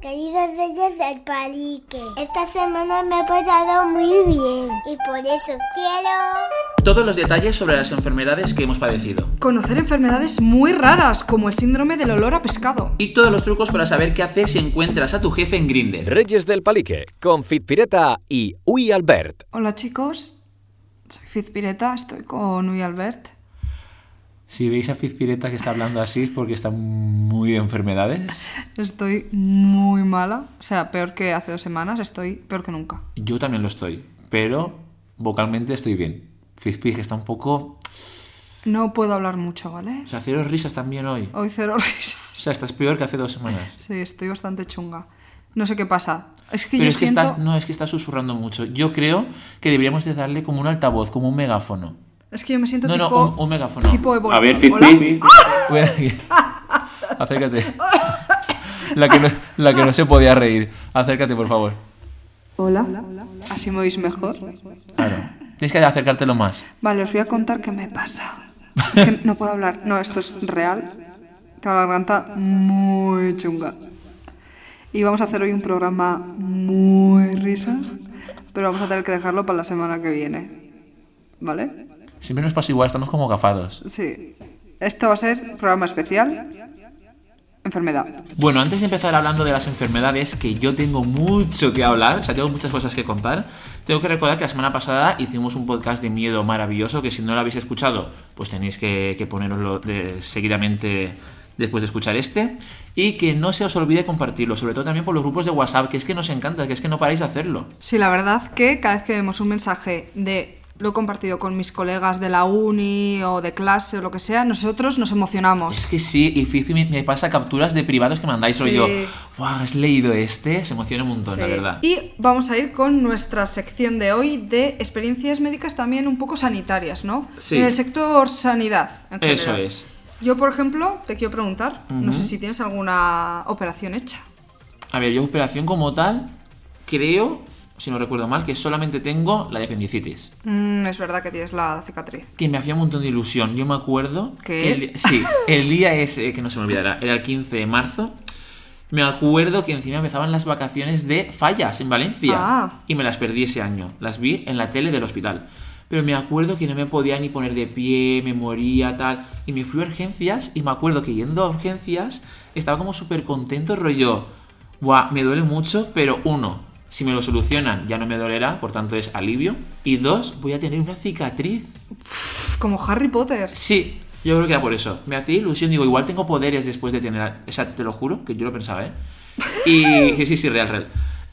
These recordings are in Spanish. Queridos Reyes del Palique, esta semana me he portado muy bien y por eso quiero... Todos los detalles sobre las enfermedades que hemos padecido. Conocer enfermedades muy raras, como el síndrome del olor a pescado. Y todos los trucos para saber qué hacer si encuentras a tu jefe en Grindr. Reyes del Palique, con Fitpireta y Uy Albert. Hola chicos, soy Fizpireta, estoy con Uy Albert. Si veis a Fizpireta que está hablando así es porque está muy de enfermedades. Estoy muy mala, o sea, peor que hace dos semanas, estoy peor que nunca. Yo también lo estoy, pero vocalmente estoy bien. Fizpi que está un poco... No puedo hablar mucho, ¿vale? O sea, cero risas también hoy. O Hoy cero risas. sea, estás peor que hace dos semanas. Sí, estoy bastante chunga. No sé qué pasa. Es que Pero yo es que siento... estás, no, es que estás susurrando mucho. Yo creo que deberíamos de darle como un altavoz, como un megáfono. Es que yo me siento No, no, tipo... un- un megáfono. Tipo Ebola. A ver, Hola. Fizpi. Cuida aquí. Acércate. La que, no, la que no se podía reír. Acércate, por favor. Así me oís mejor. Claro. Tienes que acercártelo más. Vale, os voy a contar qué me pasa. Es que no puedo hablar. No, esto es real. Tengo la garganta muy chunga. Y vamos a hacer hoy un programa muy risas, pero vamos a tener que dejarlo para la semana que viene. ¿Vale? Siempre nos pasa igual, estamos como gafados. Sí. Esto va a ser programa especial. Enfermedad. Bueno, antes de empezar hablando de las enfermedades, que yo tengo mucho que hablar, o sea, tengo muchas cosas que contar, tengo que recordar que la semana pasada hicimos un podcast de miedo maravilloso, que si no lo habéis escuchado, pues tenéis que, que poneroslo de- seguidamente después de escuchar este, y que no se os olvide compartirlo, sobre todo también por los grupos de WhatsApp, que es que nos encanta, que es que no paráis de hacerlo. Sí, la verdad que cada vez que vemos un mensaje de lo he compartido con mis colegas de la uni o de clase o lo que sea, nosotros Pues nos Es emocionamos. que sí, y Fifi me, me pasa capturas de privados que mandáis, soy Sí. yo, ¡buah, has leído este! Se emociona un montón, la Sí. verdad. Y vamos a ir con nuestra sección de hoy de experiencias médicas también un poco sanitarias, ¿no? Sí. En el sector sanidad. en Eso general. es. Yo, por ejemplo, te quiero preguntar, no sé si tienes alguna operación hecha. A ver, yo operación como tal, creo, si no recuerdo mal, que solamente tengo la de apendicitis. Mm, es verdad que tienes la cicatriz. Que me hacía un montón de ilusión. Yo me acuerdo ¿Qué? que el- sí, el día ese, que no se me olvidará, era el 15 de marzo. Me acuerdo que encima empezaban las vacaciones de fallas en Valencia. Ah. Y me las perdí ese año. Las vi en la tele del hospital. Pero me acuerdo que no me podía ni poner de pie, me moría, tal. Y me fui a urgencias y me acuerdo que yendo a urgencias estaba como súper contento, rollo. Buah, me duele mucho, pero uno, si me lo solucionan ya no me dolerá, por tanto es alivio. Y dos, voy a tener una cicatriz. Pf, Como Harry Potter. Sí, yo creo que era por eso. Me hacía ilusión, digo, igual tengo poderes después de tener. a- O sea, te lo juro, que yo lo pensaba, ¿eh? Y que sí, sí, real, real.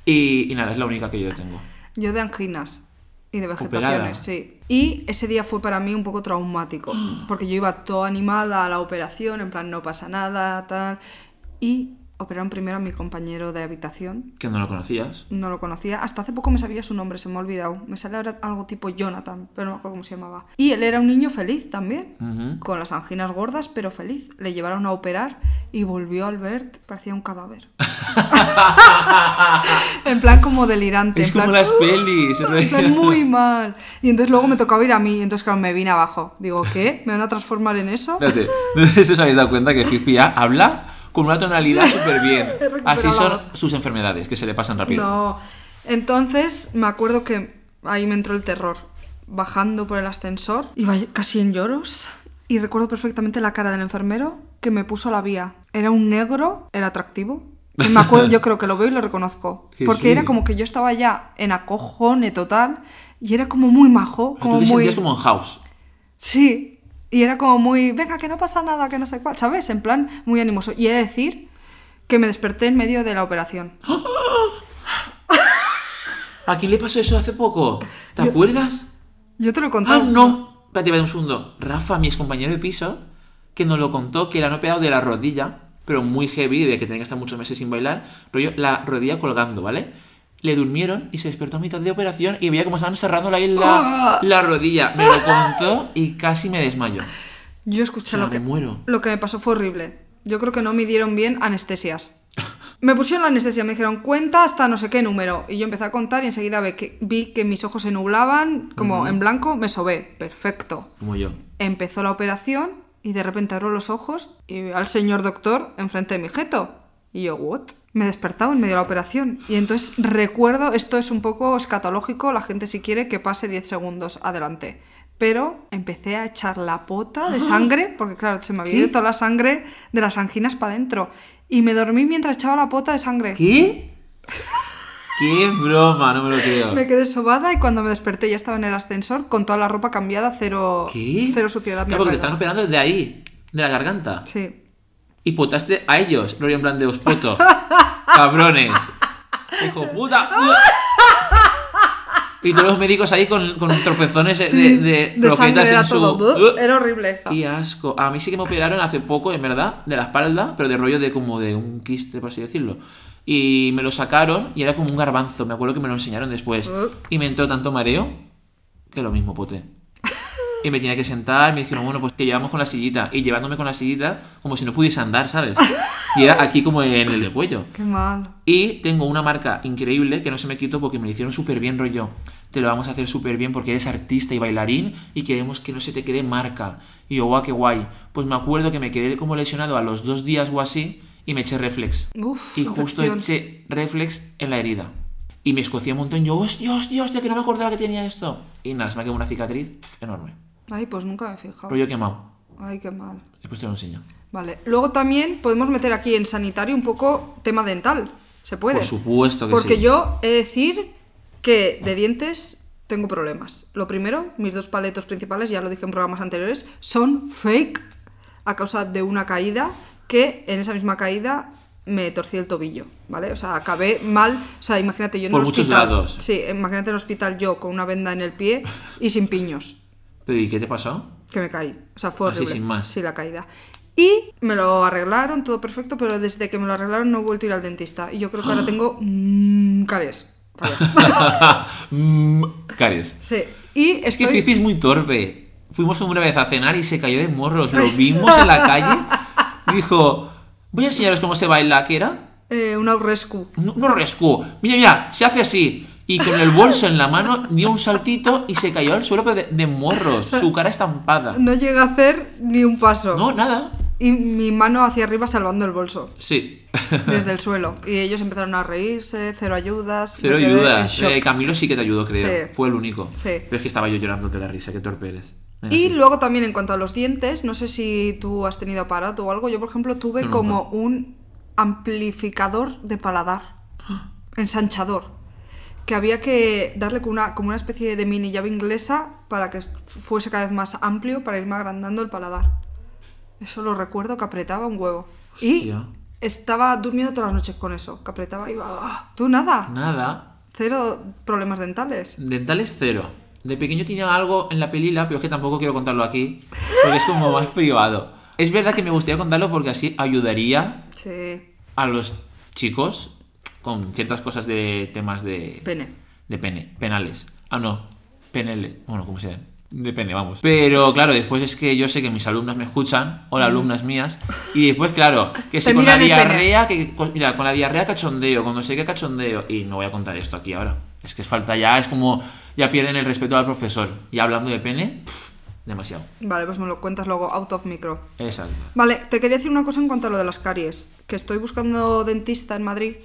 Y, y nada, es la única que yo tengo. Yo de anginas y de vegetaciones, Operada. sí. Y ese día fue para mí un poco traumático, porque yo iba toda animada a la operación, en plan no pasa nada, tal. Y operaron primero a mi compañero de habitación, Que no lo conocías. no lo conocía, hasta hace poco me sabía su nombre, se me ha olvidado. Me sale ahora algo tipo Jonathan, pero no me acuerdo cómo se llamaba. Y él era un niño feliz también, Ujú. con las anginas gordas, pero feliz. Le llevaron a operar y volvió Albert, parecía un cadáver. en plan como delirante. Es en como plan, "Uh", las pelis, en rollo. plan, muy mal. Y entonces luego me tocaba ir a mí, y entonces claro, me vine abajo. Digo, ¿qué? ¿Me van a transformar en eso? Espérate, no sé si os habéis dado cuenta que Fifi ya habla con una tonalidad súper bien. He recuperado Así la son sus enfermedades, que se le pasan rápido. No. Entonces me acuerdo que ahí me entró el terror. Bajando por el ascensor, iba casi en lloros. Y recuerdo perfectamente la cara del enfermero que me puso a la vía. Era un negro, era atractivo. Y me acuerdo, yo creo que lo veo y lo reconozco. Que Porque sí. era como que yo estaba ya en acojone total. Y era como muy majo. Pero Como Tú te muy... sentías como en house. Sí, y era como muy, venga, que no pasa nada, que no sé cuál, ¿sabes? En plan, muy animoso. Y he de decir que me desperté en medio de la operación. ¡Ah! ¿A quién le pasó eso hace poco? ¿Te acuerdas? Yo te lo he ¡Ah, contado. no! Espérate, espérate un segundo. Rafa, mi ex compañero de piso, que nos lo contó, que le han operado de la rodilla, pero muy heavy, de que tenía que estar muchos meses sin bailar, rollo, la rodilla colgando, ¿vale? Le durmieron y se despertó a mitad de operación y veía cómo estaban cerrando ahí ¡Ah! la, la rodilla. Me lo contó y casi me desmayo. Yo escuché O sea, lo que me muero. Lo que me pasó fue horrible. Yo creo que no me dieron bien anestesias. Me pusieron la anestesia, me dijeron cuenta hasta no sé qué número. Y yo empecé a contar y enseguida ve que- vi que mis ojos se nublaban, como en blanco, me sobé. Perfecto. Como yo. Empezó la operación y de repente abro los ojos y veo al señor doctor enfrente de mi jeto. Y yo, ¿what? Me despertaba en medio de la operación. Y entonces recuerdo, esto es un poco escatológico, la gente si quiere que pase 10 segundos adelante. Pero empecé a echar la pota de sangre, porque claro, se me había ido toda la sangre de las anginas para adentro. Y me dormí mientras echaba la pota de sangre. ¿Qué? ¡Qué broma! No me lo creo. Me quedé sobada y cuando me desperté ya estaba en el ascensor con toda la ropa cambiada, cero, ¿Qué? cero suciedad. Claro, porque te mierda. están operando desde ahí, de la garganta. Sí. Y potaste a ellos, Gloria en plan de os poto. Cabrones. Hijo puta. Y todos los médicos ahí con, con tropezones de, Sí, de, de Mm, de sangre croquetas era en su. ¿Eh? todo. Buh, Era horrible. Qué asco. A mí sí que me operaron hace poco, en verdad, de la espalda, pero de rollo de como de un quiste, por así decirlo. Y me lo sacaron y era como un garbanzo. Me acuerdo que me lo enseñaron después. Uh. Y me entró tanto mareo que lo mismo pote. Y me tenía que sentar, me dijeron, bueno, pues te llevamos con la sillita. Y llevándome con la sillita como si no pudiese andar, ¿sabes? Y era aquí como en el de cuello. Qué mal. Y tengo una marca increíble que no se me quitó porque me lo hicieron súper bien, rollo. Te lo vamos a hacer súper bien porque eres artista y bailarín y queremos que no se te quede marca. Y yo, guau, qué guay. Pues me acuerdo que me quedé como lesionado a los dos días o así y me eché reflex. Uf, y justo infección. eché reflex en la herida. Y me escocía un montón. Yo, hostia, hostia, hostia, que no me acordaba que tenía esto. Y nada, se me quedó una cicatriz pf, enorme. Ay, pues nunca me he fijado. Rollo quemado. Ay, qué mal. Después te lo enseño. Vale. Luego también podemos meter aquí en sanitario un poco tema dental. ¿Se puede? Por supuesto que Porque sí. yo he de decir que de dientes tengo problemas. Lo primero, mis dos paletos principales, ya lo dije en programas anteriores, son fake a causa de una caída que en esa misma caída me torcí el tobillo, ¿vale? O sea, acabé mal, o sea, imagínate yo en Por el muchos hospital. lados. Sí, imagínate en el hospital yo con una venda en el pie y sin piños Pero ¿y qué te pasó? que me caí. O sea, fue Así, horrible. sin más. Sí, la caída. Y me lo arreglaron, todo perfecto, pero desde que me lo arreglaron no he vuelto a ir al dentista. Y yo creo que Ah. ahora tengo mm, caries. Vale. Mm, Caries. sí. Y Es que estoy- Fifi es muy torpe. Fuimos una vez a cenar y se cayó de morros. Lo vimos en la calle. Dijo, voy a enseñaros cómo se baila, ¿qué era? eh, una rescue. No, no rescue. Mira, mira, se hace así. Y con el bolso en la mano dio un saltito y se cayó al suelo pero de, de morros. Su cara estampada. No llegué a hacer ni un paso. No, nada. Y mi mano hacia arriba salvando el bolso. Sí. Desde el suelo. Y ellos empezaron a reírse, cero ayudas. Cero me quedé en ayudas. shock. Eh, Camilo sí que te ayudó, creo. Sí. Fue el único. Sí. Pero es que estaba yo llorando de la risa. Qué torpe eres. Venga, Y sí. luego también en cuanto a los dientes, no sé si tú has tenido aparato o algo. Yo, por ejemplo, tuve No, como un amplificador de paladar, ensanchador, que había que darle con una, como una especie de mini llave inglesa para que fuese cada vez más amplio, para irme agrandando el paladar. Eso lo recuerdo que apretaba un huevo. Hostia. Y estaba durmiendo todas las noches con eso, que apretaba y iba. ¡ah! Tú nada, Nada. cero problemas dentales. Dentales cero. De pequeño tenía algo en la pelila, pero es que tampoco quiero contarlo aquí, porque es como más privado. Es verdad que me gustaría contarlo porque así ayudaría Sí, a los chicos con ciertas cosas de temas de pene. de pene, penales. Ah, no, PNL, bueno, como sea, de pene, vamos. Pero claro, después es que yo sé que mis alumnas me escuchan, o las alumnas mías, y después, claro, que Te si con la miran el pene. diarrea, que, con- mira, con la diarrea cachondeo, cuando sé que cachondeo, y no voy a contar esto aquí ahora, es que es falta ya, es como, ya pierden el respeto al profesor, y hablando de pene, pf, demasiado. Vale, pues me lo cuentas luego, out of micro. Exacto. Vale, te quería decir una cosa en cuanto a lo de las caries, que estoy buscando dentista en Madrid,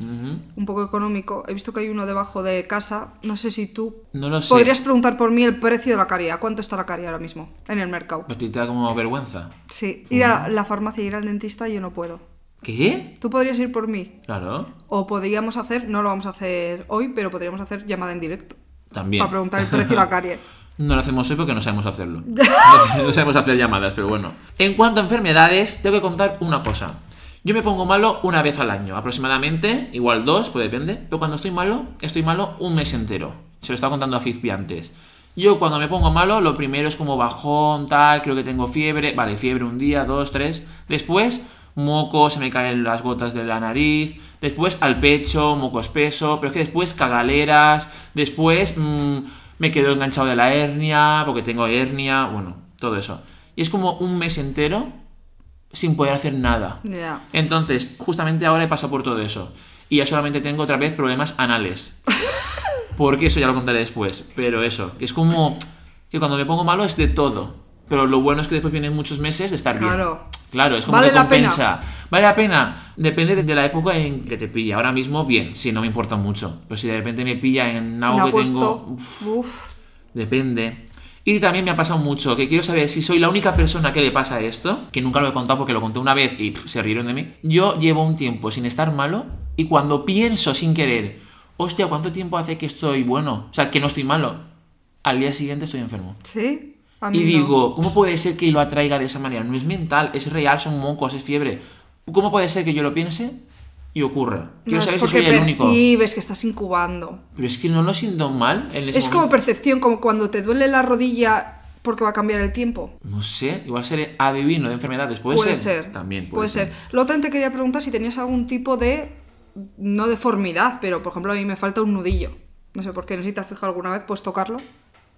Ujú. un poco económico. He visto que hay uno debajo de casa. No sé si tú No lo sé. podrías preguntar por mí el precio de la carie. ¿A cuánto está la carie ahora mismo en el mercado? Pero te da como vergüenza. Sí, ir Mm. a la farmacia, ir al dentista, yo no puedo. ¿Qué? Tú podrías ir por mí. Claro. O podríamos hacer, no lo vamos a hacer hoy, pero podríamos hacer llamada en directo. También. Para preguntar el precio de la carie. No lo hacemos hoy porque no sabemos hacerlo. No, no sabemos hacer llamadas, pero bueno. En cuanto a enfermedades, tengo que contar una cosa. Yo me pongo malo una vez al año, aproximadamente, igual dos, pues depende. Pero cuando estoy malo, estoy malo un mes entero. Se lo estaba contando a Fizpi antes. Yo cuando me pongo malo, lo primero es como bajón, tal, creo que tengo fiebre. Vale, fiebre un día, dos, tres. Después, moco, se me caen las gotas de la nariz, después al pecho, moco espeso, pero es que después cagaleras, después mm, me quedo enganchado de la hernia, porque tengo hernia, bueno, todo eso. Y es como un mes entero sin poder hacer nada. Ya. Entonces, justamente ahora he pasado por todo eso. Y ya solamente tengo otra vez problemas anales. Porque eso ya lo contaré después. Pero eso, que es como que cuando me pongo malo es de todo. Pero lo bueno es que después vienen muchos meses de estar bien. Claro. Claro, es como Vale que la pena. compensa. Vale la pena. Depende de- de la época en que te pilla. Ahora mismo, bien, sí, no me importa mucho. Pero si de repente me pilla en algo en que agosto. tengo. uf, Uf. Depende. Y también me ha pasado mucho, que quiero saber si soy la única persona que le pasa esto, que nunca lo he contado porque lo conté una vez y pff, se rieron de mí. Yo llevo un tiempo sin estar malo y cuando pienso sin querer, hostia, ¿cuánto tiempo hace que estoy bueno? O sea, que no estoy malo. Al día siguiente estoy enfermo. ¿Sí? A mí Y no. digo, ¿cómo puede ser que lo atraiga de esa manera? No es mental, es real, son mocos, es fiebre. ¿Cómo puede ser que yo lo piense y ocurra? Quiero No, saber es si porque soy el único. percibes que estás incubando. Pero es que no lo siento mal en ese Es como momento. percepción, como cuando te duele la rodilla porque va a cambiar el tiempo. No sé, igual ser adivino de enfermedades. Puede, Puede ser? ser. También puede ser. Luego también te quería preguntar si tenías algún tipo de. No deformidad, pero por ejemplo, a mí me falta un nudillo. No sé por qué, no sé si te has fijado alguna vez, puedes tocarlo.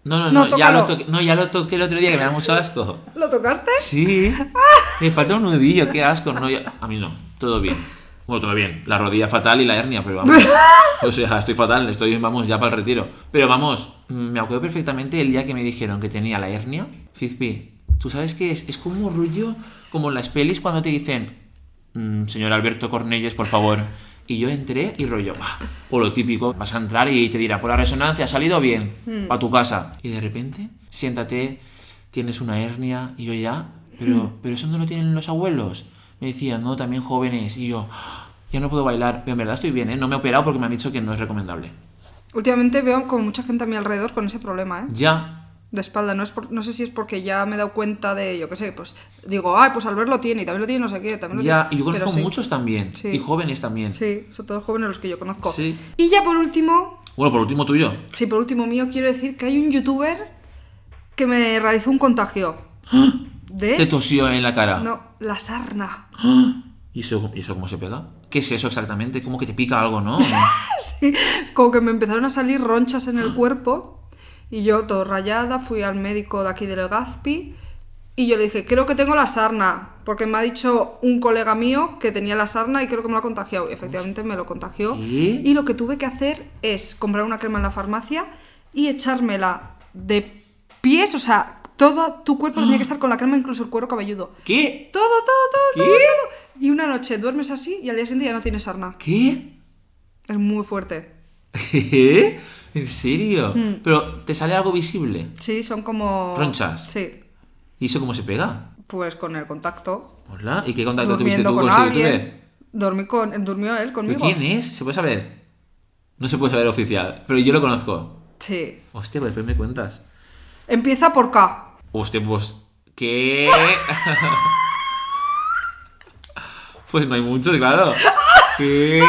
No, no, no, No, ya lo tócalo. toqué, no, ya lo toqué el otro día que me da mucho asco. ¿Lo tocaste? Sí. Me falta un nudillo, qué asco. No, ya- a mí no, todo bien. Bueno, todo bien. La rodilla fatal y la hernia, pero vamos. O sea, estoy fatal, estoy, vamos, ya para el retiro. Pero vamos, mm, me acuerdo perfectamente el día que me dijeron que tenía la hernia. Fizpi, ¿tú sabes qué es? Es como un rollo, como en las pelis cuando te dicen, "Mm, señor Alberto Cornelles, por favor. Y yo entré y rollo, bah, o lo típico, vas a entrar y te dirá, por la resonancia, ha salido bien, a tu casa. Y de repente, siéntate, tienes una hernia, y yo ya, pero, pero eso no lo tienen los abuelos. Me decían, no, también jóvenes, y yo, "Ah, ya no puedo bailar, pero en verdad estoy bien, ¿eh? no me he operado porque me han dicho que no es recomendable. Últimamente veo como mucha gente a mi alrededor con ese problema, ¿eh? Ya, De espalda. No, es por- no sé si es porque ya me he dado cuenta de, yo qué sé, pues digo, ay, pues Albert lo tiene y también lo tiene, no sé qué, también lo ya, y tiene. yo conozco Pero sí. muchos también, Sí. y jóvenes también. Sí, son todos jóvenes los que yo conozco. Sí. Y ya por último, Bueno, por último tuyo. Sí, por último mío, quiero decir que hay un youtuber que me realizó un contagio. ¿De? Te tosió en la cara. ¿Eh? No, la sarna. ¿Y eso, ¿Y eso cómo se pega? ¿Qué es eso exactamente? Como que te pica algo, ¿no? Sí, como que me empezaron a salir ronchas en el cuerpo y yo, todo rayada, fui al médico de aquí del Gazpi y yo le dije, creo que tengo la sarna, porque me ha dicho un colega mío que tenía la sarna y creo que me lo ha contagiado. Y efectivamente me lo contagió. ¿Qué? Y lo que tuve que hacer es comprar una crema en la farmacia y echármela de pies, o sea, todo tu cuerpo tenía que estar con la crema, incluso el cuero cabelludo. ¿Qué? Todo, todo, todo, ¿Qué? todo, todo. Y una noche duermes así y al día siguiente ya no tienes sarna. ¿Qué? Es muy fuerte. ¿Qué? ¿En serio? Mm. Pero te sale algo visible. Sí, son como. Ronchas. Sí, ¿Y eso cómo se pega? pues con el contacto. Hola, ¿y qué contacto tuviste Durmiendo tú con, con ese youtuber? alguien. Dormí con, durmió él ¿Pero conmigo. quién es? ¿Se puede saber? No se puede saber oficial, pero yo lo conozco. Sí. Hostia, pues después me cuentas. Empieza por K. Hostia, pues. ¿Qué? pues no hay muchos, claro. ¿Qué?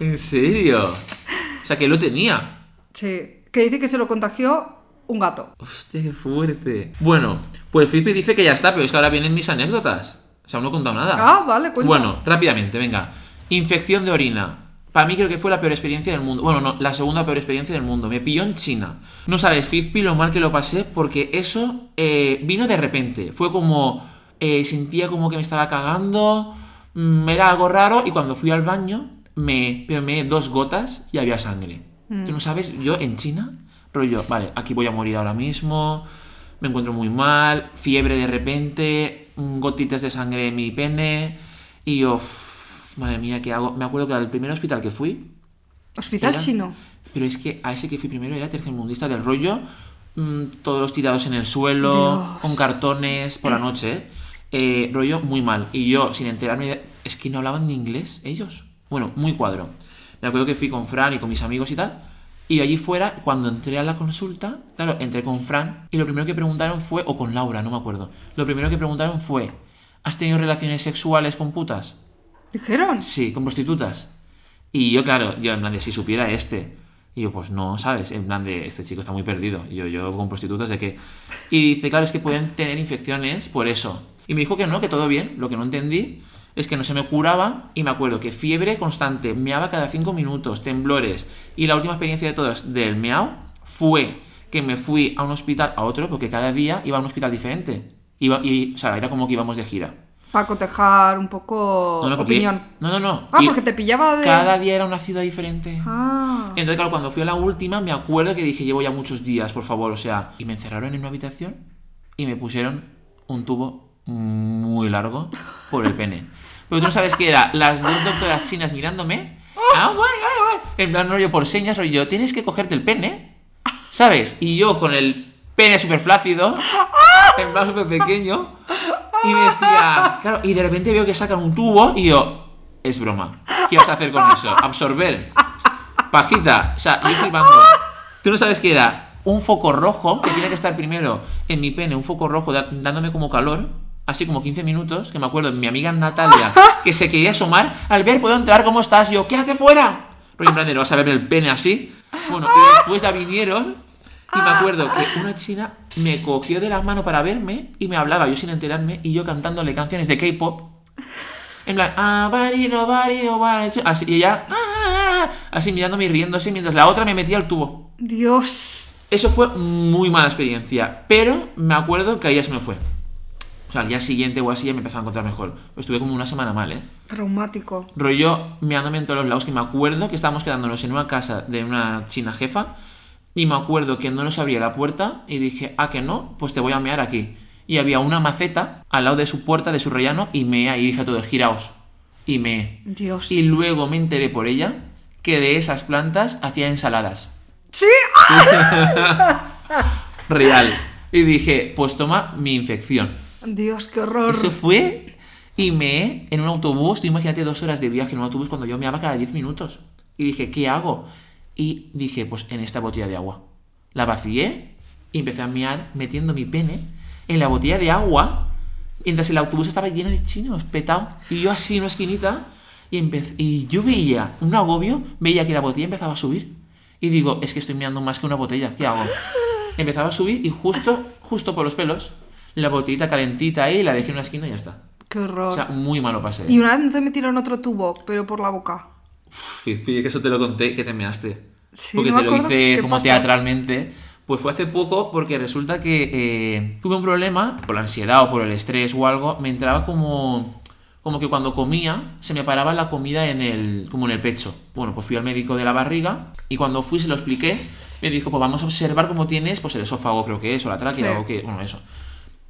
¿En serio? O sea, que lo tenía. Sí. Que dice que se lo contagió un gato. Hostia, qué fuerte. Bueno, pues Fizpi dice que ya está, pero es que ahora vienen mis anécdotas. O sea, aún no he contado nada. Ah, vale, cuenta. Bueno, rápidamente, venga. Infección de orina. Para mí creo que fue la peor experiencia del mundo. Bueno, no, la segunda peor experiencia del mundo. Me pilló en China. No sabes, Fizpi, lo mal que lo pasé porque eso eh, vino de repente. Fue como... eh, sentía como que me estaba cagando. mm, era algo raro y cuando fui al baño me peomé dos gotas y había sangre. Tú no sabes, yo en China rollo, vale, aquí voy a morir ahora mismo, me encuentro muy mal, fiebre de repente, mm, gotitas de sangre en mi pene, y yo, "Uf, madre mía, ¿qué hago? Me acuerdo que al primer hospital que fui, Hospital era- chino. Pero es que a ese que fui primero era tercermundista del rollo. mm, todos los tirados en el suelo, Dios. con cartones por la noche. ¿eh? Eh, rollo muy mal. Y yo, sin enterarme, de- es que no hablaban ni inglés ellos. Bueno, muy cuadro. Me acuerdo que fui con Fran y con mis amigos y tal. Y allí fuera, cuando entré a la consulta, claro, entré con Fran y lo primero que preguntaron fue, o con Laura, no me acuerdo. Lo primero que preguntaron fue, ¿has tenido relaciones sexuales con putas? Dijeron. Sí, con prostitutas. Y yo, claro, yo en plan de si supiera este. Y yo, pues no, ¿sabes? En plan de este chico está muy perdido. Y yo, yo con prostitutas de qué. Y dice, claro, es que pueden tener infecciones por eso. Y me dijo que no, que todo bien. Lo que no entendí es que no se me curaba. Y me acuerdo que fiebre constante, meaba cada cinco minutos, temblores. Y la última experiencia de todas del meao fue que me fui a un hospital a otro, porque cada día iba a un hospital diferente. Iba, y, o sea, era como que íbamos de gira. Para cotejar un poco No, no, porque- opinión. No, no, no. Ah, Y porque te pillaba de. Cada día era una ciudad diferente. Ah. Entonces, claro, cuando fui a la última, me acuerdo que dije, llevo ya muchos días, por favor, o sea. Y me encerraron en una habitación y me pusieron un tubo muy largo por el pene. Pero tú no sabes qué era. Las dos doctoras chinas mirándome. Ah, guay, guay, guay. En plan rollo por señas, rollo, tienes que cogerte el pene. ¿Sabes? Y yo con el pene súper flácido, en plan súper pequeño. Y me decía, claro, y de repente veo que sacan un tubo y yo, es broma. ¿Qué vas a hacer con eso? Absorber. Pajita. O sea, yo flipando. Tú no sabes qué era. Un foco rojo, que tiene que estar primero en mi pene, un foco rojo da- dándome como calor, así como 15 minutos, que me acuerdo, mi amiga Natalia, que se quería asomar, al ver, puedo entrar, ¿cómo estás? Yo, quédate fuera. Porque en plan, de, no vas a verme el pene así. Bueno, y después la vinieron y me acuerdo que una china me cogió de la mano para verme y me hablaba, yo sin enterarme, y yo cantándole canciones de K-pop. En plan, ah, bari, no, bari, no, bari, chu- Así, y ella, "Ah, ah, ah", así mirándome y riéndose, mientras la otra me metía al tubo. Dios. Eso fue muy mala experiencia, pero me acuerdo que ahí ya se me fue. O sea, al día siguiente o así ya me empezaba a encontrar mejor. Pues Estuve como una semana mal, ¿eh? Traumático. rollo meándome en todos los lados, que me acuerdo que estábamos quedándonos en una casa de una china jefa y me acuerdo que no nos abría la puerta y dije, ah, que no, pues te voy a mear aquí. Y había una maceta al lado de su puerta, de su rellano, y mea y dije a todos, giraos. Y me... Dios. Y luego me enteré por ella que de esas plantas hacía ensaladas. Sí. Real. Y dije, pues toma mi infección. Dios, qué horror. Eso fue y me en un autobús. Tú imagínate dos horas de viaje en un autobús cuando yo me meaba cada 10 minutos. Y dije, ¿qué hago? Y dije, pues en esta botella de agua. La vacié y empecé a mear metiendo mi pene en la botella de agua mientras el autobús estaba lleno de chinos, petado. Y yo así en una esquinita y, empecé, y yo veía un agobio, veía que la botella empezaba a subir. Y digo, es que estoy meando más que una botella, ¿qué hago? Empezaba a subir y justo, justo por los pelos, la botellita calentita ahí, la dejé en una esquina y ya está. Qué horror. O sea, muy malo pasé. y una vez me metieron otro tubo, pero por la boca. Uf, pille que eso te lo conté, que te measte. Sí, porque no te me lo acuerdo. hice ¿Qué como pasó? teatralmente. Pues fue hace poco porque resulta que eh, tuve un problema por la ansiedad o por el estrés o algo. Me entraba como, como que cuando comía se me paraba la comida en el, como en el pecho. Bueno, pues fui al médico de la barriga y cuando fui se lo expliqué. Me dijo, pues vamos a observar cómo tienes pues el esófago creo que es o la tráquea Sí. o que, bueno, eso.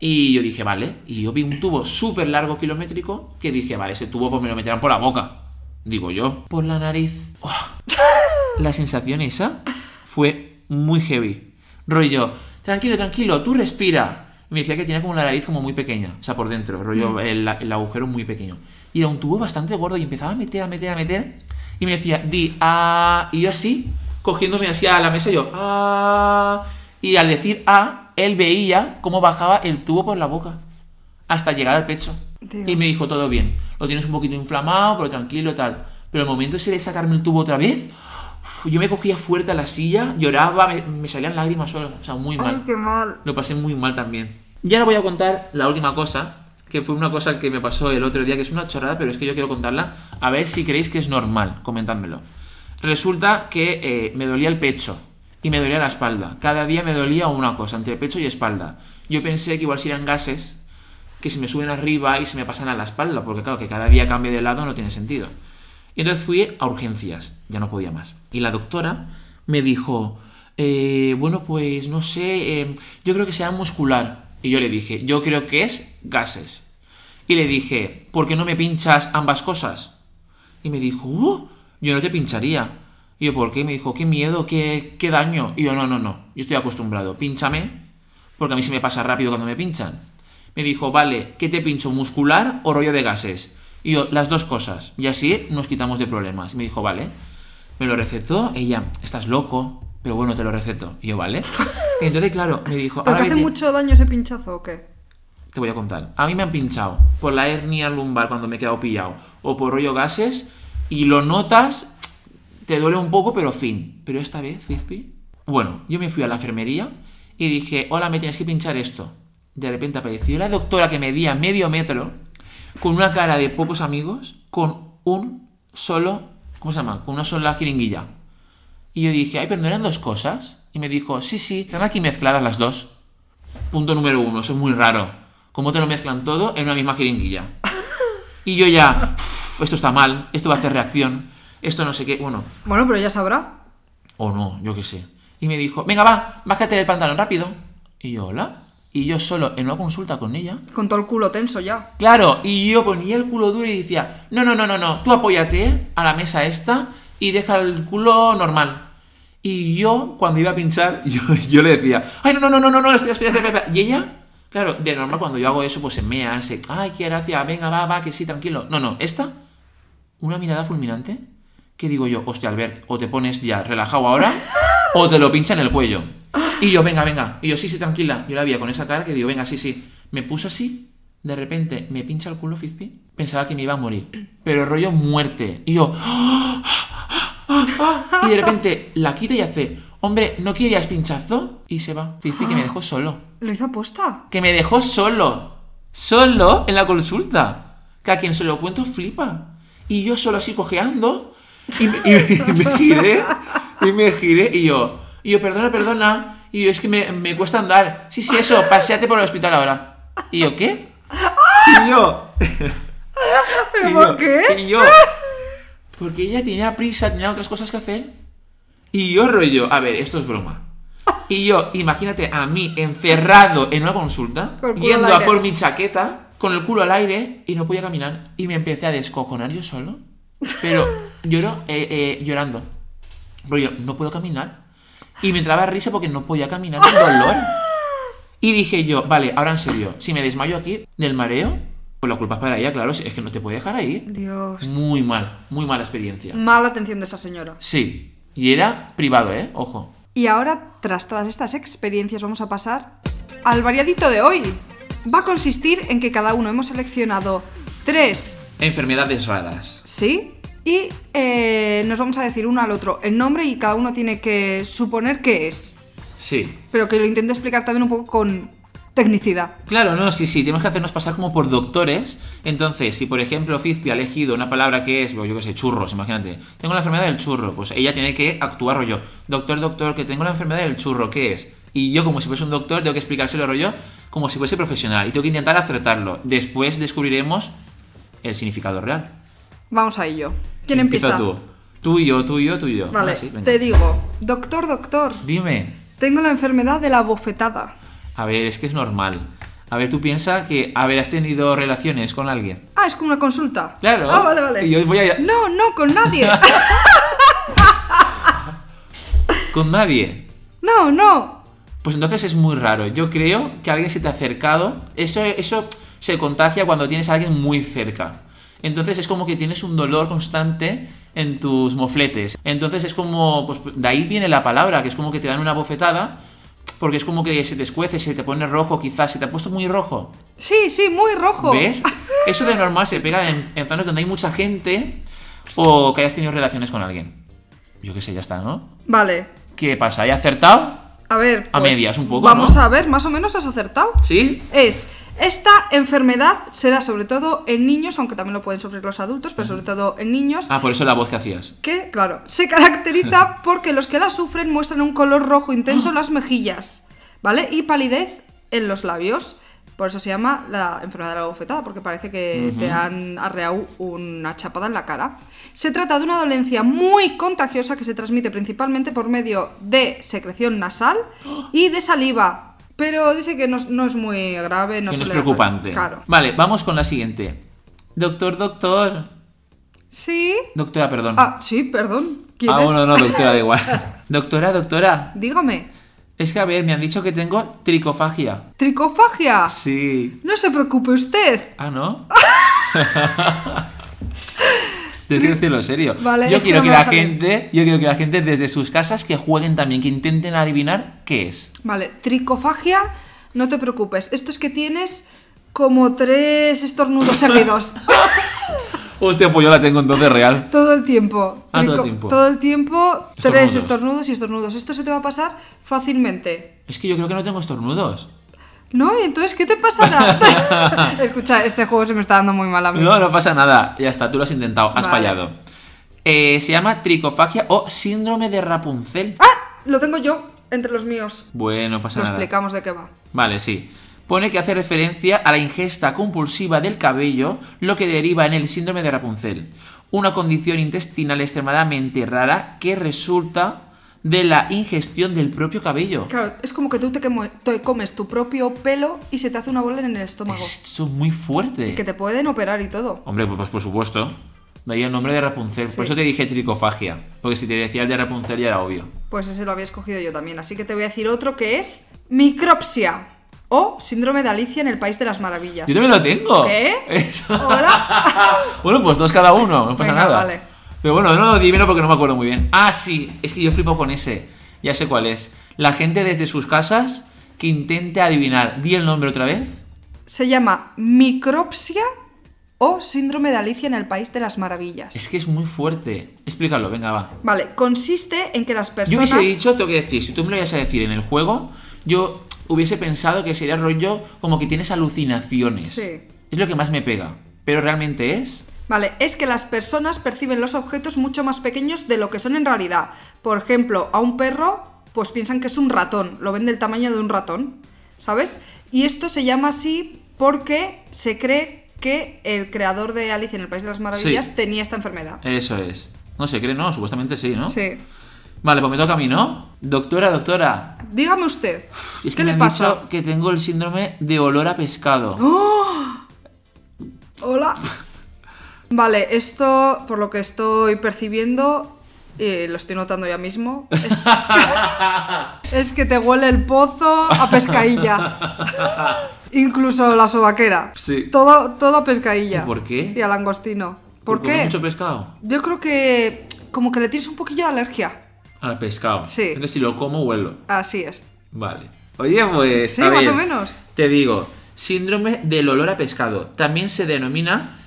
Y yo dije, vale. Y yo vi un tubo súper largo kilométrico que dije, vale, ese tubo pues me lo meterán por la boca. Digo yo. Por la nariz. Uah. La sensación esa fue muy heavy. Rollo, tranquilo, tranquilo, tú respira. Y me decía que tenía como la nariz como muy pequeña, o sea, por dentro, rollo, el, el agujero muy pequeño. Y era un tubo bastante gordo y empezaba a meter, a meter, a meter. Y me decía, di, ah, y yo así, cogiéndome así a la mesa, yo, ah. Y al decir ah, él veía cómo bajaba el tubo por la boca hasta llegar al pecho. Dios. Y me dijo, todo bien, lo tienes un poquito inflamado, pero tranquilo, tal. Pero el momento ese de sacarme el tubo otra vez, uf, yo me cogía fuerte a la silla, lloraba, me, me salían lágrimas solas, o sea, muy mal. Ay, qué mal. Lo pasé muy mal también. Y ahora voy a contar la última cosa, que fue una cosa que me pasó el otro día, que es una chorrada, pero es que yo quiero contarla. A ver si creéis que es normal, comentádmelo. Resulta que eh, me dolía el pecho y me dolía la espalda. Cada día me dolía una cosa, entre pecho y espalda. Yo pensé que igual si eran gases, que se me suben arriba y se me pasan a la espalda, porque claro, que cada día cambie de lado no tiene sentido. Y entonces fui a urgencias, ya no podía más. Y la doctora me dijo, eh, bueno, pues no sé, eh, yo creo que sea muscular. Y yo le dije, yo creo que es gases. Y le dije, ¿por qué no me pinchas ambas cosas? Y me dijo, "Uh, yo no te pincharía. Y yo, ¿por qué? Y me dijo, qué miedo, qué, qué daño. Y yo, no, no, no, yo estoy acostumbrado, pínchame, porque a mí se me pasa rápido cuando me pinchan. Me dijo, vale, ¿qué te pincho, muscular o rollo de gases? Y yo, las dos cosas. Y así nos quitamos de problemas. Y me dijo, vale. Me lo recetó, ella, estás loco, pero bueno, te lo receto. Y yo, vale. Y entonces, claro, me dijo... ¿Pero "Ahora que hace vete". mucho daño ese pinchazo o qué? Te voy a contar. A mí me han pinchado por la hernia lumbar cuando me he quedado pillado o por rollo gases y lo notas, te duele un poco, pero fin. Pero esta vez, Fizpi, bueno, yo me fui a la enfermería y dije, hola, me tienes que pinchar esto. De repente apareció la doctora que medía medio metro con una cara de pocos amigos, con un solo, ¿cómo se llama? Con una sola jeringuilla. Y yo dije, ay, pero no eran dos cosas. Y me dijo, sí, sí, están aquí mezcladas las dos. Punto número uno, eso es muy raro. ¿Cómo te lo mezclan todo en una misma jeringuilla? Y yo ya, "Uf, esto está mal, esto va a hacer reacción, esto no sé qué, bueno, Bueno, pero ya sabrá. o no, yo qué sé. Y me dijo, venga, va, bájate del pantalón rápido. Y yo, hola. y yo solo en una consulta con ella. Con todo el culo tenso ya. Claro, y yo ponía el culo duro y decía, no, no, no, no, no, tú apóyate a la mesa esta y deja el culo normal. Y yo, cuando iba a pinchar, yo, yo le decía, ay, no, no, no, no, no, no, espera, espera, espera, espera. Y ella, claro, de normal cuando yo hago eso, pues se mea, se, ay, qué gracia, venga, va, va, que sí, tranquilo. No, no, esta, una mirada fulminante, que digo yo, hostia, Albert, o te pones ya relajado ahora, o te lo pincha en el cuello. Y yo, venga, venga. Y yo, sí, sí, tranquila. Yo la veía con esa cara que digo, venga, sí, sí. Me puso así, de repente me pincha el culo Fizpi, pensaba que me iba a morir. Pero rollo muerte. Y yo, ¡ah! ¡ah! ¡ah! ¡ah! y de repente la quita y hace, hombre, ¿no querías pinchazo? Y se va. Fizpi que me dejó solo. Lo hizo aposta. Que me dejó solo. Solo en la consulta. Que a quien se lo cuento flipa. Y yo solo así cojeando. Y me, y me- y me giré. Y me giré. Y yo, y yo, perdona, perdona. Y yo, es que me, me cuesta andar. Sí, sí, eso, paseate por el hospital ahora. Y yo, ¿qué? Y yo, ¿Pero y por yo- qué? Y yo. Porque ella tenía prisa, tenía otras cosas que hacer. Y yo rollo, a ver, esto es broma. Y yo, imagínate a mí encerrado en una consulta, Con el culo al yendo a aire. por mi chaqueta, con el culo al aire, y no podía caminar. Y me empecé a descojonar yo solo. Pero lloro, eh, eh, llorando. Rollo, no puedo caminar. Y me entraba risa porque no podía caminar con dolor. Y dije yo, vale, ahora en serio, si me desmayo aquí del mareo, pues la culpa es para ella, claro, si- es que no te puede dejar ahí. Dios. Muy mal, muy mala experiencia. Mala atención de esa señora. Sí, y era privado, ¿eh? Ojo. Y ahora, tras todas estas experiencias, vamos a pasar al variadito de hoy. Va a consistir en que cada uno hemos seleccionado tres Enfermedades raras. sí y eh, nos vamos a decir uno al otro el nombre y cada uno tiene que suponer qué es. Sí. Pero que lo intente explicar también un poco con tecnicidad. Claro, no, sí, sí, tenemos que hacernos pasar como por doctores. Entonces, si por ejemplo Fizpi ha elegido una palabra que es, pues, yo qué sé, churros, imagínate, tengo la enfermedad del churro, pues ella tiene que actuar rollo, doctor, doctor, que tengo la enfermedad del churro, ¿qué es? Y yo, como si fuese un doctor, tengo que explicárselo rollo como si fuese profesional y tengo que intentar acertarlo. Después descubriremos el significado real. Vamos a ello. ¿Quién empieza? tú. Tú y yo, tú y yo, tú y yo. Vale, Ah, sí, venga. te digo, doctor, doctor, Dime. tengo la enfermedad de la bofetada. A ver, es que es normal. A ver, tú piensas que, a ver, has tenido relaciones con alguien. Ah, es como una consulta. Claro. Ah, vale, vale. Y yo voy a- No, no, con nadie. Con nadie. no, no. Pues entonces es muy raro. Yo creo que alguien se te ha acercado. Eso, eso se contagia cuando tienes a alguien muy cerca. Entonces es como que tienes un dolor constante en tus mofletes. Entonces es como, pues de ahí viene la palabra, que es como que te dan una bofetada, porque es como que se te escuece, se te pone rojo, quizás se te ha puesto muy rojo. Sí, sí, muy rojo. ¿Ves? Eso de normal se pega en, en zonas donde hay mucha gente o que hayas tenido relaciones con alguien. Yo qué sé, ya está, ¿no? Vale. ¿Qué pasa? ¿He acertado? A ver. A pues, medias un poco, Vamos ¿no? a ver, más o menos has acertado. ¿Sí? Es, esta enfermedad se da sobre todo en niños, aunque también lo pueden sufrir los adultos, pero sobre todo en niños. Ah, por eso la voz que hacías. que, claro, se caracteriza porque los que la sufren muestran un color rojo intenso en las mejillas, ¿vale? Y palidez en los labios. Por eso se llama la enfermedad de la bofetada, porque parece que te han arreado una chapada en la cara. Se trata de una dolencia muy contagiosa que se transmite principalmente por medio de secreción nasal y de saliva. Pero dice que no, es- no es muy grave, no que se no es le- preocupante. Claro. Vale, vamos con la siguiente. Doctor, doctor. Sí. Doctora, perdón. Ah, sí, perdón. ¿Quién Ah, es? bueno, no, doctora, da igual. doctora, doctora. Dígame. Es que a ver, me han dicho que tengo tricofagia. Tricofagia. Sí. No se preocupe usted. Ah, ¿no? Yo quiero decirlo serio. Vale, yo es que quiero no que, me va la a salir. gente, yo quiero que la gente desde sus casas que jueguen también, que intenten adivinar qué es. Vale, tricofagia, no te preocupes. Esto es que tienes como tres estornudos seguidos. Hostia, pues yo la tengo entonces real. todo el tiempo. Ah, todo el tiempo. todo el tiempo, tres Estornudos. estornudos y estornudos. Esto se te va a pasar fácilmente. Es que yo creo que no tengo estornudos. ¿No? ¿Y entonces qué te pasará? Escucha, este juego se me está dando muy mal a mí. No, no pasa nada. Ya está, tú lo has intentado, has Vale. fallado. Eh, se llama tricofagia o síndrome de Rapunzel. ¡Ah! Lo tengo yo entre los míos. Bueno, pasa Lo nada. explicamos de qué va. Vale, sí. Pone que hace referencia a la ingesta compulsiva del cabello, lo que deriva en el síndrome de Rapunzel, una condición intestinal extremadamente rara que resulta de la ingestión del propio cabello. Claro, es como que tú te, quemo- te comes tu propio pelo y se te hace una bola en el estómago. Esto es muy fuerte. Que te pueden operar y todo. Hombre, pues por supuesto. De ahí el nombre de Rapunzel. Por eso te dije tricofagia. Porque si te decía el de Rapunzel ya era obvio. Pues ese lo había escogido yo también. Así que te voy a decir otro que es micropsia o síndrome de Alicia en el País de las Maravillas. Yo también lo tengo. ¿Qué? Eso. Hola. bueno, pues dos cada uno, no pasa Venga, nada. vale. Pero bueno, no, dímelo porque no me acuerdo muy bien. Ah, sí, es que yo flipo con ese. Ya sé cuál es. La gente desde sus casas que intente adivinar. Di el nombre otra vez. Se llama micropsia o síndrome de Alicia en el País de las Maravillas. Es que es muy fuerte. Explícalo, venga, va. Vale, consiste en que las Yo personas... hubiese dicho, tengo que decir, si tú me lo ibas a decir en el juego, yo hubiese pensado que sería rollo como que tienes alucinaciones. Sí. Es lo que más me pega. Pero realmente es. Vale, es que las personas perciben los objetos mucho más pequeños de lo que son en realidad. Por ejemplo, a un perro, pues piensan que es un ratón, lo ven del tamaño de un ratón, ¿sabes? Y esto se llama así porque se cree que el creador de Alicia en el País de las Maravillas Sí. tenía esta enfermedad. Eso es. No se cree, no, supuestamente sí, ¿no? Sí. Vale, pues me toca a mí, ¿no? Doctora, doctora. Dígame usted, Es ¿qué que me le han pasa? ¿Oh? dicho que tengo el síndrome de olor a pescado. Hola. Vale, esto, por lo que estoy percibiendo, y lo estoy notando ya mismo, es, es que te huele el pozo a pescadilla. Incluso la sobaquera. Sí. Todo, todo a pescadilla. ¿Y por qué? Y a langostino. ¿Por, Porque como qué? mucho pescado? Yo creo que como que le tienes un poquillo de alergia. Al pescado. Sí. Entonces, si lo como, vuelo. Así es. Vale. Oye, pues. Sí, a más ver, o menos. Te digo, síndrome del olor a pescado. También se denomina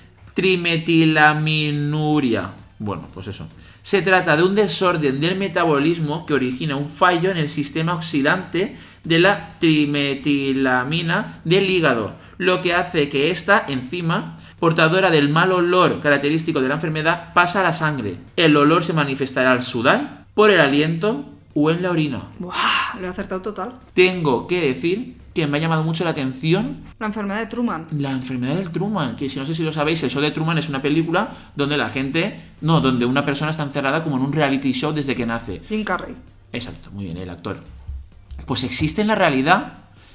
trimetilaminuria. Bueno, pues eso. Se trata de un desorden del metabolismo que origina un fallo en el sistema oxidante de la trimetilamina del hígado, lo que hace que esta enzima, portadora del mal olor característico de la enfermedad, pasa a la sangre. El olor se manifestará al sudar, por el aliento o en la orina. Buah, lo he acertado total. Tengo que decir que me ha llamado mucho la atención La enfermedad de Truman. la enfermedad del Truman, que si no sé si lo sabéis, el show de Truman es una película donde la gente, no, donde una persona está encerrada como en un reality show desde que nace. Jim Carrey. Exacto, muy bien, el actor. Pues existe en la realidad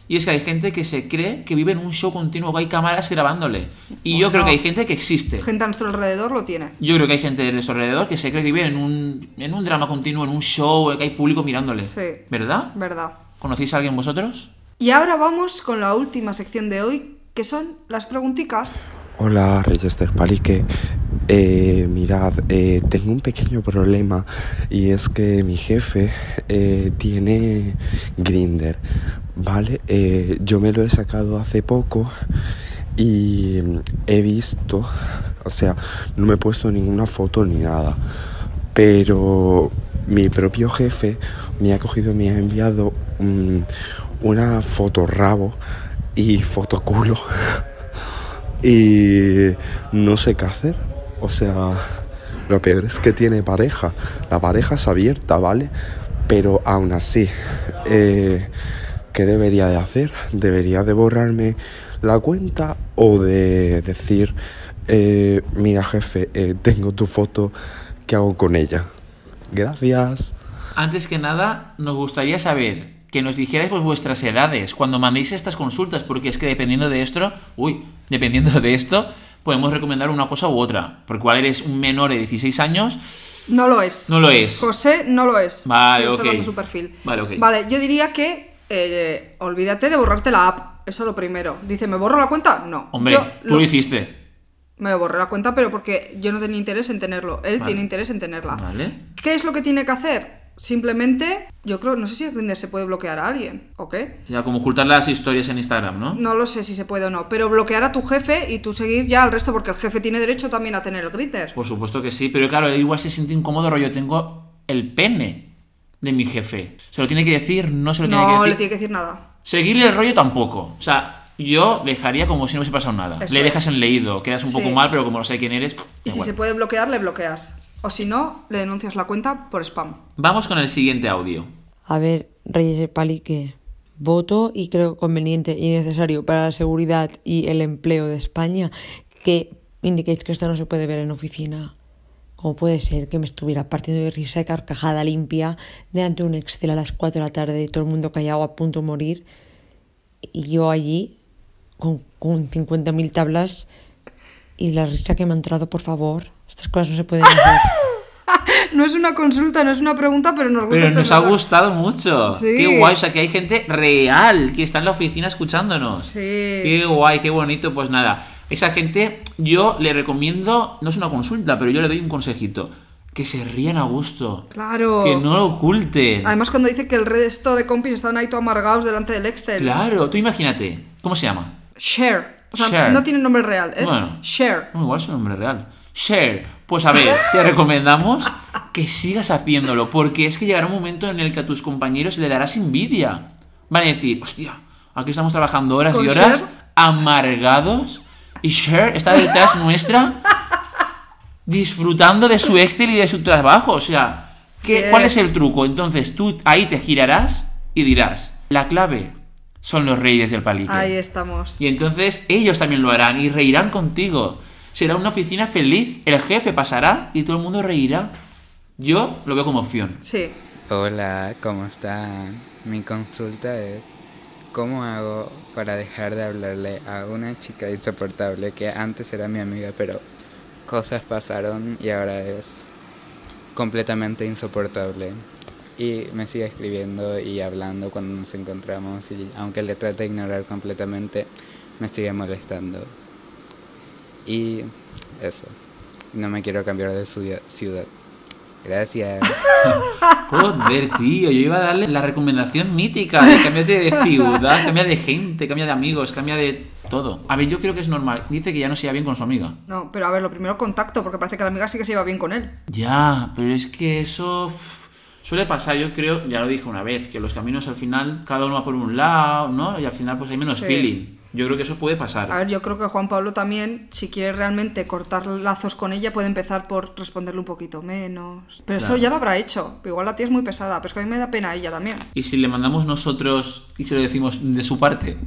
y es que hay gente que se cree que vive en un show continuo, que hay cámaras grabándole. Y yo creo que hay gente que existe. Gente a nuestro alrededor lo tiene. Yo creo que hay gente de nuestro alrededor que se cree que vive en un, en un drama continuo, en un show, que hay público mirándole. Sí. ¿Verdad? Verdad. ¿Conocéis a alguien vosotros? Y ahora vamos con la última sección de hoy, que son las pregunticas. Hola, Reyes del Palique. Eh, mirad, eh, tengo un pequeño problema y es que mi jefe eh, tiene Grinder, ¿vale? Eh, yo me lo he sacado hace poco y mm, he visto, o sea, no me he puesto ninguna foto ni nada, pero mi propio jefe me ha cogido, me ha enviado mm, una foto rabo y foto culo. y no sé qué hacer. O sea, lo peor es que tiene pareja. La pareja es abierta, ¿vale? Pero aún así, eh, ¿qué debería de hacer? ¿Debería de borrarme la cuenta o de decir, eh, mira jefe, eh, tengo tu foto, ¿qué hago con ella? Gracias. Antes que nada, nos gustaría saber que nos dijerais pues, vuestras edades cuando mandéis estas consultas, porque es que dependiendo de esto, uy, dependiendo de esto, podemos recomendar una cosa u otra. Porque igual eres un menor de 16 años, No lo es. no lo es. José no lo es. Vale, Estoy ok. observando su perfil. Vale, ok. Vale, yo diría que eh, olvídate de borrarte la app. Eso lo primero. Dice, ¿me borro la cuenta? No. Hombre, Yo tú lo- lo hiciste. Me borré la cuenta, pero porque yo no tenía interés en tenerlo. Él Vale. tiene interés en tenerla. Vale. ¿Qué es lo que tiene que hacer? Simplemente, yo creo, no sé si Grindr se puede bloquear a alguien, ¿o qué? Ya como ocultar las historias en Instagram, ¿no? No lo sé si se puede o no, pero bloquear a tu jefe y tú seguir ya al resto, porque el jefe tiene derecho también a tener el Grinder. Por supuesto que sí, pero claro, él igual se siente incómodo, rollo, tengo el pene de mi jefe. ¿Se lo tiene que decir? No se lo tiene que No decir. le tiene que decir nada. Seguirle el rollo tampoco. O sea, yo dejaría como si no hubiese pasado nada. Eso Le dejas es. en leído, quedas un Sí. poco mal, pero como no sé quién eres. da Y si igual. se puede bloquear, le bloqueas. O si no, le denuncias la cuenta por spam. Vamos con el siguiente audio. A ver, Reyes el Palique, voto y creo conveniente y necesario para la seguridad y el empleo de España que indiquéis que esto no se puede ver en oficina. ¿Cómo puede ser que me estuviera partiendo de risa y carcajada limpia delante de un Excel a las 4 de la tarde, todo el mundo callado a punto de morir, y yo allí con, con 50.000 tablas y la risa que me ha entrado, por favor? Estas cosas no se pueden hacer. No es una consulta, no es una pregunta, pero nos gusta. este Pero nos ha hacernosla. gustado mucho. Sí. Qué guay, o sea que hay gente real que está en la oficina escuchándonos. Sí. Qué guay, qué bonito, pues nada. Esa gente, yo le recomiendo, no es una consulta, pero yo le doy un consejito. Que se rían a gusto. Claro. Que no lo oculten. Además, cuando dice que el resto de compis están ahí todo amargados delante del Excel. Claro, tú imagínate. ¿Cómo se llama? Share. O sea, Cher. no tiene nombre real, es Bueno. Share. No, igual es un nombre real. Share. Pues a ver, te recomendamos que sigas haciéndolo, porque es que llegará un momento en el que a tus compañeros le darás envidia. Van a decir, hostia, aquí estamos trabajando horas ¿Con y horas, Share? amargados, y Share está detrás nuestra, disfrutando de su Excel y de su trabajo. O sea, ¿qué, Yes. ¿cuál es el truco? Entonces tú ahí te girarás y dirás, la clave son los reyes del palique. Ahí estamos. Y entonces ellos también lo harán y reirán contigo. Será una oficina feliz, el jefe pasará y todo el mundo reirá. Yo lo veo como opción. Sí. Hola, ¿cómo están? Mi consulta es, ¿cómo hago para dejar de hablarle a una chica insoportable que antes era mi amiga, pero cosas pasaron y ahora es completamente insoportable? Y me sigue escribiendo y hablando cuando nos encontramos y aunque le trate de ignorar completamente, me sigue molestando. Y eso, no me quiero cambiar de ciudad- ciudad. Gracias. Joder, tío, yo iba a darle la recomendación mítica de cámbiate de ciudad, cambia de gente, cambia de amigos, cambia de todo. A ver, yo creo que es normal. Dice que ya no se lleva bien con su amiga. No, pero a ver, lo primero contacto, porque parece que la amiga sí que se iba bien con él. Ya, pero es que eso uf, suele pasar, yo creo, ya lo dije una vez, que los caminos al final cada uno va por un lado, ¿no? Y al final pues hay menos Sí. feeling. Yo creo que eso puede pasar. A ver, yo creo que Juan Pablo también, si quiere realmente cortar lazos con ella, puede empezar por responderle un poquito menos. Pero eso Claro. ya lo habrá hecho. Igual la tía es muy pesada, pero es que a mí me da pena ella también. ¿Y si le mandamos nosotros y se lo decimos de su parte?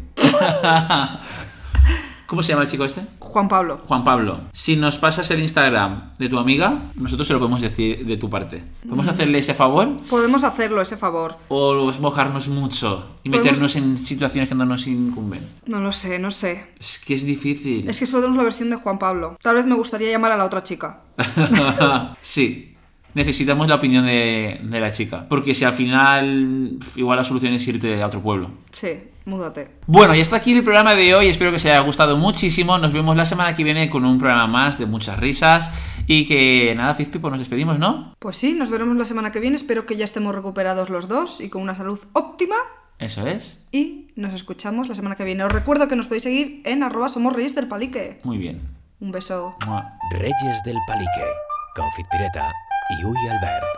¿Cómo se llama el chico este? Juan Pablo. Juan Pablo. Si nos pasas el Instagram de tu amiga, nosotros se lo podemos decir de tu parte. Mm. ¿Podemos hacerle ese favor? Podemos hacerlo ese favor. ¿O es mojarnos mucho y Podemos- meternos en situaciones que no nos incumben? No lo sé, no sé. Es que es difícil. Es que solo tenemos la versión de Juan Pablo. Tal vez me gustaría llamar a la otra chica. sí. Necesitamos la opinión de, de la chica. Porque si al final, igual la solución es irte a otro pueblo. Sí, múdate. Bueno, y hasta aquí el programa de hoy. Espero que os haya gustado muchísimo. Nos vemos la semana que viene con un programa más de muchas risas. Y que nada, Fizpi, pues nos despedimos, ¿no? Pues sí, nos veremos la semana que viene. Espero que ya estemos recuperados los dos y con una salud óptima. Eso es. Y nos escuchamos la semana que viene. Os recuerdo que nos podéis seguir en arroba somos reyes del palique. Muy bien. Un beso. Mua. Reyes del Palique, Confit Pireta y Uy Albert.